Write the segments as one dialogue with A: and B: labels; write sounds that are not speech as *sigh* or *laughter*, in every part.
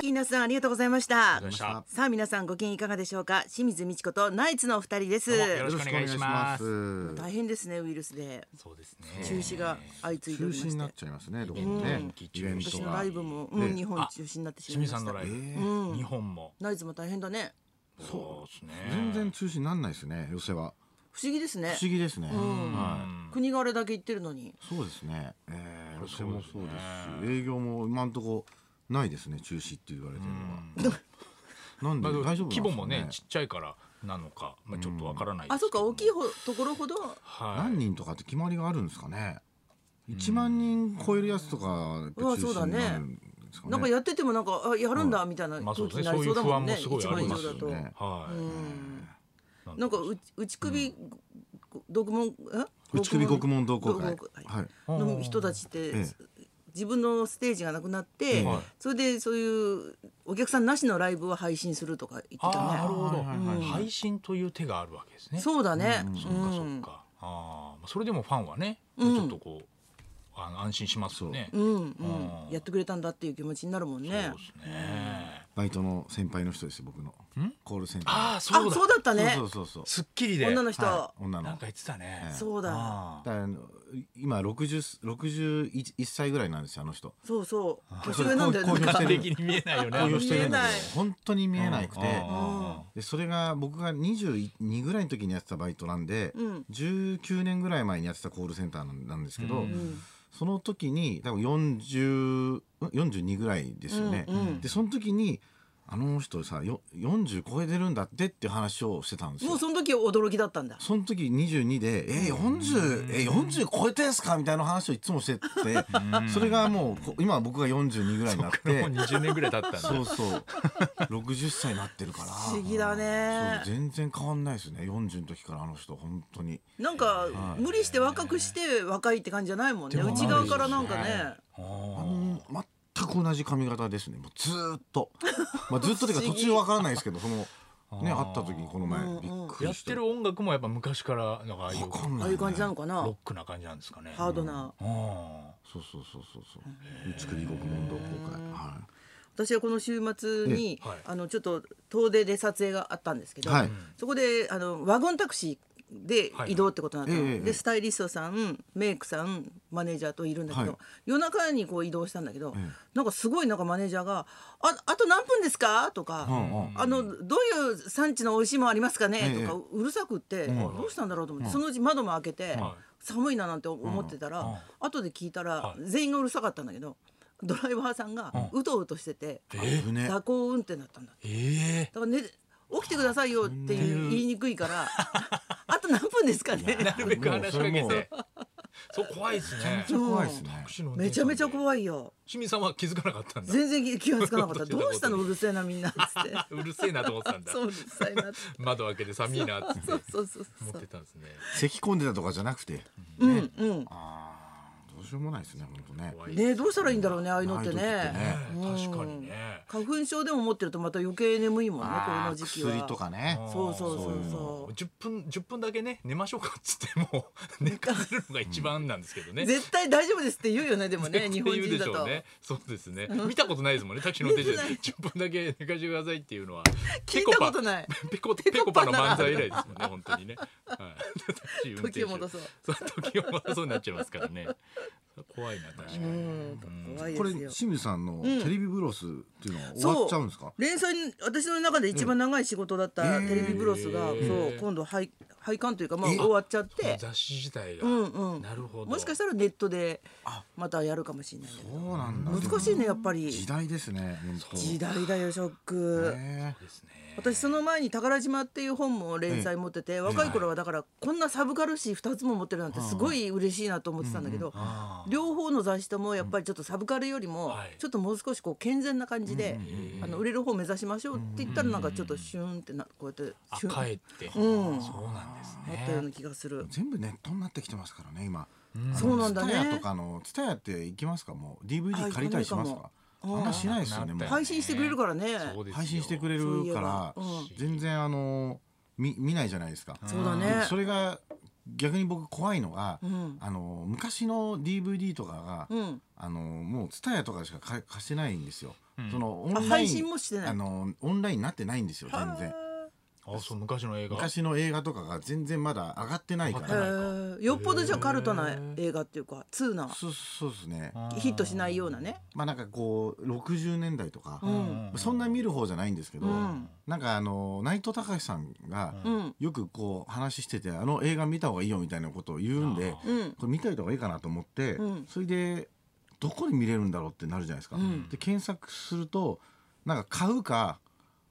A: キーナさんありがとうございました
B: りがとうございま
A: さあ皆さんご機嫌いかがでしょうか清水美智子とナイツのお二人です
B: どうもよろしくお願いします
C: よろしくお願いします
A: 大変ですねウイルスで
B: そうですね。
A: 中止が相次いで
C: 中
A: おりま
C: 止にな
A: し
C: ってちゃいますね、どこもね
B: うん、
C: イベン
A: 私
B: 止
C: ト
B: 中止
A: の
C: が
A: ライ。ブも、うん、
C: ね
A: 日本中止になってし
B: 清
A: まい
B: 水
A: まし
B: さんの
A: た
B: ライ
C: え
B: ブ、日本も。
A: ナイツも大変だね
B: そうですね。
C: 全然中止にならないですね、寄せは。
A: 不思議です
C: 不
A: ね
C: 思議ですね。
B: うん。
C: は
A: 国があれだけ言ってるのに
C: い。そうですね。えー寄せも
B: そ
C: そうう
B: で
C: ですすし、営業も今んとこないですね、中止って言われてるのは。なん
B: ま
C: で
B: あ
C: 大丈夫なんですかね
B: 規模もね、ちっちゃいからなのか、まあちょっとわからないですけど。
A: あそっか大きいほところほど
B: は
C: 何
B: い。
C: 人とかって決まりがあるんですかね。1万人超えるやつとかやっぱ
A: うわ
C: 中
A: そうだ
C: 止に
A: ね
C: なるんですかね。
A: なんかやっててもなんかあやるんだみたいな
B: ま
A: 空
B: あそう
A: 気
B: ですね
A: になりそうだもんね,、
B: そういう不安もすごいあります
A: 一番以上
B: よ
A: だと、
C: ね
A: う
B: は
A: ん
B: い。
A: なんかう打ち首独門ん
C: 内首獄門同好
A: 同
C: 会
A: 好。会
C: はい。
A: の人たちって、
C: え
A: 自分のステージがなくなって、
B: はい
A: それでそういうお客さんなしのライブを配信するとか言って
B: あ
A: た
B: あ、
A: ね。
B: なるほど。
C: はいはいはいはい
B: 配信という手があるわけですね。
A: そうだね。
B: そっか、そっか。ああ、それでもファンはね、ちょっとこう。あの安心しますよね。
A: う
B: そうん
A: うん、やってくれたんだっていう気持ちになるもん
B: で
A: ね。
B: すね。
C: バイトの先輩の人ですよ、僕の。コールセンター。
B: ああ、
A: あ、
B: そうだ
A: そう。だったね。
C: そうそうそうそう。
B: すっきりで。
A: 女の人、
C: はい、女の。
B: なんか言ってたね。
A: そうだ。
B: ああ
C: だからあの今60 61歳ぐらいなんですよあの人
A: そうそう。年上なん
B: *laughs*
A: だよね。
C: こういう
A: なんか
C: こういう
B: 的に見えないよね。
C: 公表してるん
A: 見え
C: だ
A: ない
C: けど本当に見えなくて
B: あ
C: でそれが僕が22ぐらいの時にやってたバイトなんで、
A: うん
C: 19年ぐらい前にやってたコールセンターなんなんですけど、
B: うん
C: その時に多分40ん42ぐらいですよね、
A: うんうん
C: でその時にあの人さよ40超えてるんだってっていう話をしてたんですよ
A: もうその時驚きだったんだ。
C: その時22で「えー、40えー、40超えてんすか?」みたいな話をいつもしてってそれがもうこ今僕が42ぐらいになっ
B: あも
C: て
B: う20年ぐらい経ったんだ。
C: そうそう60歳になってるから
A: 不思議だね
C: そう。全然変わんないですね40の時からあの人本当に
A: なんか、無理して若くして若いって感じじゃないもんね。内側からなんかね。
C: あの全く同じ髪型ですねもうずーっと、まあ、ずっとというか途中わからないですけどそのね会った時にこの前びっく
B: や
C: り
B: っ
C: して
B: てる音楽もやっぱ昔からなんかああいう
C: わかん
A: あ
C: な
A: あ
C: い、
A: い
C: ね
A: う、感じなのかな。
B: ロックな感じなんですかね。
A: ハードな。
B: あ
C: そうそうそうそうそう内首獄門同好会はい
A: 私はこの週末に、
B: ええはい
A: あのちょっと遠出で撮影があったんですけど、
C: はい
A: そこであのワゴンタクシーで移動ってことになったの、
C: はいはいえええ
A: で
C: え
A: スタイリストさんメイクさんマネージャーといるんだけど、
C: はい
A: 夜中にこう移動したんだけど、
C: ええ
A: なんかすごいなんかマネージャーが「ああと何分ですか?」とか、
C: うんうん
A: あの「どういう産地の美味しいもんありますかね?」
C: ええ
A: とかうるさくって、どうしたんだろうと思って、そのうち窓も開けて、
B: は
A: 寒いななんて思ってたら、
B: うん
A: 後で聞いたら、
B: はい
A: 全員がうるさかったんだけどドライバーさんがうとうとしてて。
C: 危ね
A: 蛇行運転だったんだって
B: ええ
A: だから、ね、起きてくださいよっていう言いにくいからあと何分ですかね
B: なるべく話しかけ
C: もう
B: て
C: それ。
B: そう怖いですね。
A: ゃ怖いっ
C: すね
B: タクシーの運
A: め
B: 転手
A: ち
B: さ
A: ゃ
B: ん
A: めちゃ
B: い。
A: 怖いよ
B: 清水さんは気づかなかったんだ。
A: 全然気がつかなかった
B: そん
A: ど
B: なこと
A: うしたのうるせえなみんなっつって
B: うるせえなと思ってたんだ。
A: そううるさいなって
B: 窓開けて寒いなって
A: そうそうそう
B: 思っ
A: そう
B: てたんですね。
C: 咳込んでたとかじゃなくて、
A: うんうん
C: あーどうしようもないですね本当ね
B: 怖い
A: ねどうしたらいいんだろうねああいうのって
C: ああいう時って
A: ね
C: ね
B: 確かにね。
A: 花粉症でも持ってるとまた余計眠いもんねこ
C: あ
A: の
C: ー
A: 時期は
C: 薬とかね
A: そうそうそう
B: も
A: そうう
B: 10分10分だけね寝ましょうかっつってもう寝かせるのが一番なんですけどね。
A: 絶対大丈夫ですって言うよねでも
C: *laughs*
A: ね日本人だ
B: 絶対言うでしょ
A: と
B: うね。そうですね。見たことないですもんね。タクシーの運転手で10分だけ寝かしてくださいってい
A: *laughs*
B: うのは
A: 聞いたこと
B: い。
A: ない
B: ペコペコパの漫才以来ですもんね本当にね。はい。タクシー運転手
A: *laughs* 時を戻そう。
B: そう時を戻そうになっちゃいますからね。怖いな確か
A: う
B: に。
A: ん怖い
C: これ
A: ですよ
C: 清水さんのテレビブロスっていうのは終わっちゃうんですか
A: 連載に私の中で一番長い仕事だった
C: うん
A: テレビブロスが、
B: へー
A: そう今度廃廃刊というかまあ
C: え
A: 終わっちゃって、
B: 雑誌自体が。
A: うんうん、
B: なるほど。
A: もしかしたらネットでまたやるかもしれないけど
C: そうなんだ
A: 難しいねやっぱ
C: でも
A: り
C: 時代ですね本当
A: 時代だよショック、
C: ね
B: ですね。
A: 私その前に「宝島」っていう本も連載持ってて、若い頃はだからこんなサブカル誌2つも持ってるなんてすごい嬉しいなと思ってたんだけど、
B: あ
A: 両方の雑誌ともやっぱりちょっとサブカルよりも
B: はい
A: ちょっともう少しこう健全な感じで、
B: うん
A: あの売れる方を目指しましょうって言ったらなんかちょっとシュンってなこうやって
B: あ
A: シュン
B: 帰って。
A: うん
B: そうなんです
A: なったよう
B: ね。
A: な気がする。
C: 全部ネットになってきてますからね今
A: そうなんだね
C: t とかの t a って行きますかもう DVD 借りたりします
A: あ行かない
C: か
A: か
C: あ
A: も
C: んましないですよね
B: うん
C: もう
A: 配信してくれるからね。
B: そうですよ
C: 配信してくれるから
A: そういえばうん
C: 全然あの見見ないじゃないですか
A: そうだね。
C: それが逆に僕怖いのが、
A: ん
C: あの昔の DVD とかが、
A: うん。
C: あのもう TSUTAYA とかしか貸貸してないんですよ。そのオンライン
A: 配信もしてない
C: あのオンラインになってないんですよ全然
B: あそう昔の映画
C: 昔の映画とかが全然まだ上がってないか
A: へ
B: 上がって
C: ら
B: ない
A: ーよっぽどじゃあカルトな映画っていうか通な
C: そうそうですね
A: ヒットしないようなね
C: まあなんかこう60年代とか、
A: うん
C: そんな見る方じゃないんですけど、
A: うん
C: なんかあの内藤隆さんが
A: うん
C: よくこう話しててあの映画見た方がいいよみたいなことを言うんで、
B: あ
A: うん
C: これ見といた方がいいかなと思って、
A: うん
C: それでどこで見れるんだろうってなるじゃないですか。
A: うん
C: で検索するとなんか買うか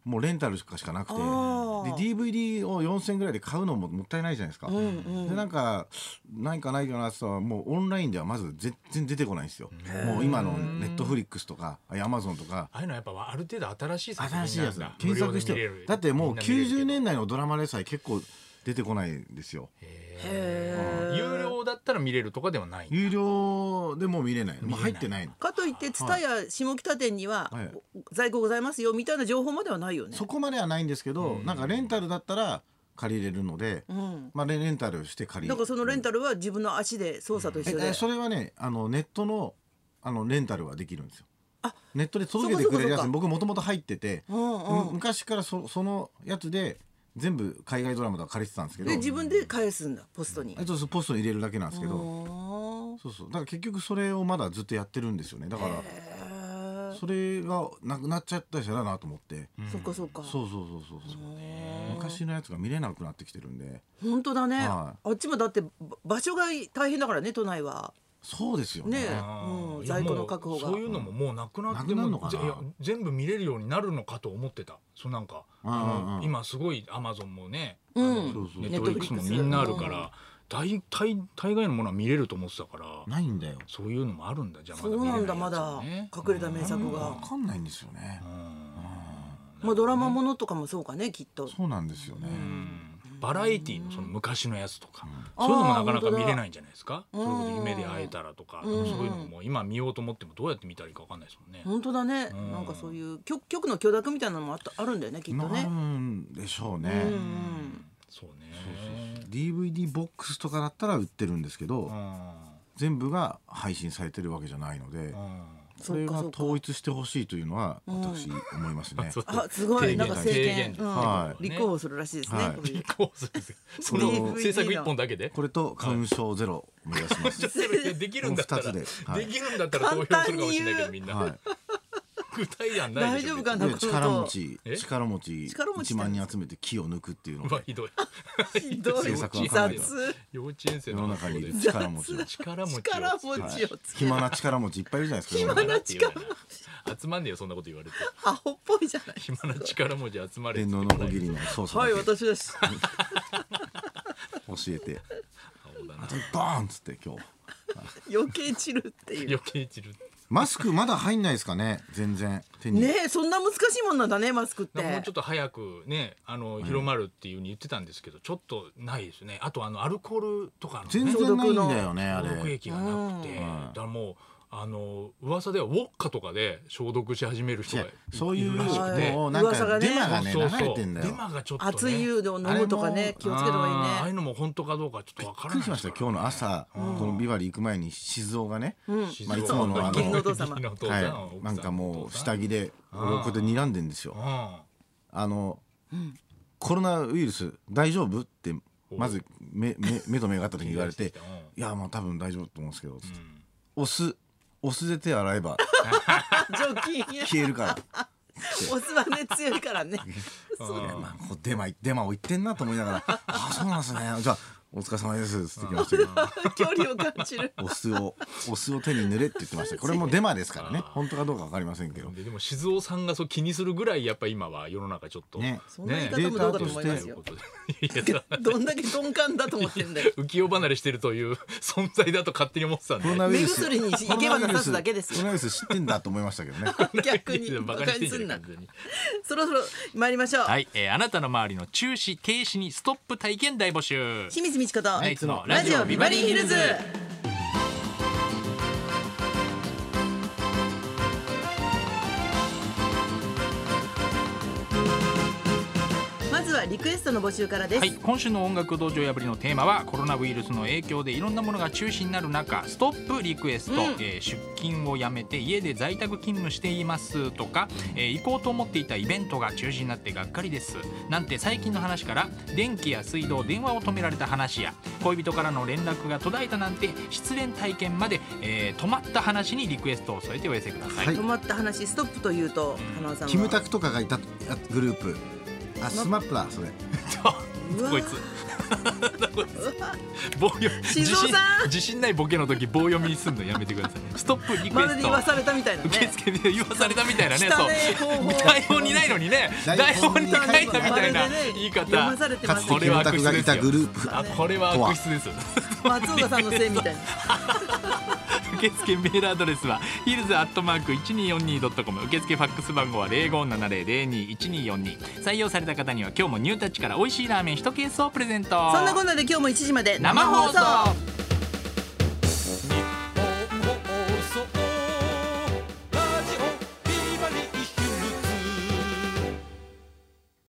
C: もうレンタルしかしかなくて
A: あ
C: で
A: ー
C: DVD を4,000円ぐらいで買うのももったいないじゃないですか。
A: うんうん
C: でなんかないかないかなって言ったらもうオンラインではまず全然出てこないんですよ。もう今のネットフリックスとかアマゾンとか
B: ああいうのはやっぱある程度新しい作
C: 新し
B: 品
C: い
B: な
C: や
B: ん
C: つ
B: だ
C: 検索して
B: 無料で見れる
C: だっても
B: み
C: う
B: んな見れるけど
C: 90年代のドラマでさえ結構出てこないんですよ
A: へー
B: 有料だったら見れるとかではない
C: 有料でも見れないもう入ってない
A: かといって蔦屋下北店には
C: はい
A: 在庫ございますよみたいな情報まではないよね
C: そこまではないんですけど、なんかレンタルだったら借りれるので、
A: うん
C: まあ、レレンタルして借り
A: だからそのレン
C: タ
A: タルは自分の足で操作と一緒
C: え
A: で
C: えそれはねあのネットのあのレンタルはできるんですよ
A: あ
C: ネットで届けてくれるや
A: そ
C: つ
A: うかそうかそうか
C: 僕もともと入ってて、
A: うん
C: む
A: うん
C: 昔からそそのやつで全部海外ドラマとか借りてたんですけど
A: で自分で返すんだポストに
C: えっとそうポストに入れるだけなんですけど、
A: あ
C: そうそうだから結局それをまだずっとやってるんですよねだから
A: ーへ
C: それがなくなっちゃったりしたらなと思って、
A: ーそっかそっか
C: そうそうそうそうそう昔のやつが見れなくなってきてるんで
A: 本当だねあ
C: は
A: っちもだってば場所が大変だからね都内は
C: そうですよ
A: ね
C: ね
A: え
B: あ
A: う
B: ー
A: ん
B: いや
A: 在庫の確保が
B: もうそういうのももうなくなって
C: なくなるのかな
B: ぜいや全部見れるようになるのかと思ってたそうなんか、
C: うんうんうん
B: 今すごいアマゾンもね、
A: うん
B: あの
C: そうそう
B: ネットフリックスもみんなあるから、大体大概のものは見れると思ってたから
C: ないんだよ
B: そういうのもあるんだじゃあ
A: そうなんだまだ
B: 見れないやつもね
A: 隠れた名
C: わ
A: 作が
C: かんないんですよね
B: うん
A: まあドラマものとかもそうかねきっと
C: そうなんですよ
B: う
C: ね
B: んバラエティーのその昔のやつとか、
A: うん
B: そういうのもなかな
A: あー本
B: か
A: 当だ
B: 見れないんじゃないですか、
A: うん
B: そういうこと夢で会えたらとか、
A: うん
B: そういうのももう今見ようと思ってもどうやって見たらいいかわかんないですもんね。
A: 本当だね
B: うん
A: なんかそういう局局の許諾みたいなのもあったあるんだよねきっと
C: な
A: ね
C: るんでしょうね、
A: うんう
B: うん
A: ん
B: そうね
C: DVD ボックスとかだったら売ってるんですけど、
B: う
C: 全部が配信されてるわけじゃないので、
B: ん
A: そ
C: それ
A: うか
C: が
A: そうか
C: 統一してほしいというのは私思いますね、
B: そう
A: あすごい
B: 提言
A: なんか政権
B: 提
A: う
B: 言
A: ん
C: はい
A: 立候補するらしいですね
C: はい
A: こういう
B: 立候補す
A: *laughs*
B: るんですよその
A: DVD
B: 制作一本だけで
C: これと花粉症ゼロお願いし
B: *laughs*
C: ます、
B: それできるんだったら
C: この
B: で
C: 二つではい
B: きるんだったら投票するかもしれないけどみん
C: は
B: ない具体案ないでし
A: 大
B: ょ
A: 丈夫かな
C: で
A: この
C: 力持
B: え
C: ち力持ち
A: 力持ちって
C: 1万人集めて木を抜くっていう
B: *laughs*
C: の
B: うわ
C: で
B: ひどい
A: ひどい
C: 制作は考えた
A: 雑
B: 幼稚園生
C: 世の
B: の
C: 中にいる
B: 学校
C: 力持ちが
B: 力持ちを
A: 力持 *laughs* ちをつけ
C: 暇な力持ちいっぱいいるじゃないですか世の中
A: 暇な力持
B: 集まんねえよそんなこと言われて
A: アホっぽいじゃない
B: 暇な力持ち集まれ
C: 電脳のこぎりの操作
A: は
C: だ
A: い
C: け
A: 私です
C: 教えて
B: そうだな
C: あとバーンっつって今日
A: 余計散るっていう
B: 余計散る
C: マスクまだ入んないですかね全然手に、
A: ねえそんな難しいもんなんだねマスクって
B: だからもうちょっと早くねあの広まるっていうふうに言ってたんですけど、ちょっとないですねあとあのアルコールとかの、ね、
C: 全然ないんだよねあ
B: 消毒
C: れ
B: 液がなくて、
C: うん
B: だからもうあの噂ではウォッカとかで消毒し始める人がい
C: そういう
B: るらしくて
C: もうなん
A: 噂が
C: か
A: ね
C: デマがね
B: そう
C: 流
B: そ
C: れ
B: う
C: てんだよ
B: デマがちょっと、ね、
A: 熱い湯で飲むとかね気をつけた方
B: あーあ
A: がいいう
B: あい
A: ね
B: のも本当かどうかちょっとわ
C: び
B: から
C: っく
B: な
C: り
B: い
C: しました今日の朝、このビバリー行く前に静雄がね、
B: 日
C: まあいつものあの義理のお
A: 父
B: *laughs*
A: 様
C: はい、なんかもう下
B: 着
C: 着で俺をこうやって睨んでんですよ。あの、コロナウイルス大丈夫ってまず目目目と目が合った時に言われて「いやまあ多分大丈夫と思うんですけど」お酢お酢で手洗えば
A: 除菌
C: 消えるから」
A: お酢はね強いからね
C: いやまあこうデマデマを言ってんなと思いながら「あそうなんですねじゃあお疲れ様です」って言ってきましたけど。
A: 距離を感じる
C: お酢をお酢を手に塗れって言ってましたこれもデマですからね本当かどうかわかりませんけど
B: ででも静雄さんがそう気にするぐらいやっぱ今は世の中ちょっと
C: ね
A: そんな言い方
C: ね
A: もどうかと思いま
B: と
A: す
B: いう
A: よ
B: ことでいや
A: どんだけ鈍感だと思ってん
B: *laughs*
A: だよ
B: 浮世離れしてるという *laughs* 存在だと勝手に思ってたん
C: コロ
B: で
C: ナウイル
A: 目
C: ス
A: 薬に生け花さすだけですよ
C: コロナウイルス知ってんだと思いましたけどね
A: 逆
B: *laughs*
A: に馬
B: バカ
A: 鹿
B: に
A: に
B: してん
A: す
B: じ
A: ん
B: ゃ
A: な
B: ねえ完全に
A: そろそろ参りましょう、
B: はい、えー、あなたの周りの中止停止にストップ体験大募集
A: 清水美智子と
B: ナイツの
A: ラジオビバリーヒルズまずははリクエストの募集からです、
B: はい、今週の音楽道場破りのテーマはコロナウイルスの影響でいろんなものが中止になる中ストップリクエスト、
A: うん
B: えー出勤をやめて家で在宅勤務していますとか、えー行こうと思っていたイベントが中止になってがっかりですなんて最近の話から電気や水道電話を止められた話や恋人からの連絡が途絶えたなんて失恋体験まで、えー止まった話にリクエストを添えてお寄せください、
C: はい
A: 止まった話ストップというと花尾さんは
C: キムタクとかがいたあグループあスマップだそれ
A: うわ
B: こいつこいつ棒読み
A: 静雄さん
B: 自信自信ないボケの時棒読みにすんのやめてくださいストップリク
A: ま
B: エ
A: るで
B: ス
A: 言わさ
B: ト
A: れたみたいなね
B: 受付で言わされたみたいなね
A: したね方
B: *laughs*
A: 法
B: そう台本にないのにね台
C: 台
B: 本
C: 本
B: に
C: に
B: 書いたみたいな
A: まるでね
B: 言い方
A: 読まされてま
C: か
A: す
C: つ
A: よ
B: こ
C: て
B: れ
C: キ
B: は
C: ムタクがいたグループ
B: あこれは悪質です
A: 松岡さんのせいみたいな
B: 受付メールアドレスはヒルズアットマーク 1242.com 受付ファックス番号は0570021242採用された方には今日もニュータッチから美味しいラーメン一ケースをプレゼント
A: そんなこんなで今日も1時まで
B: 生放送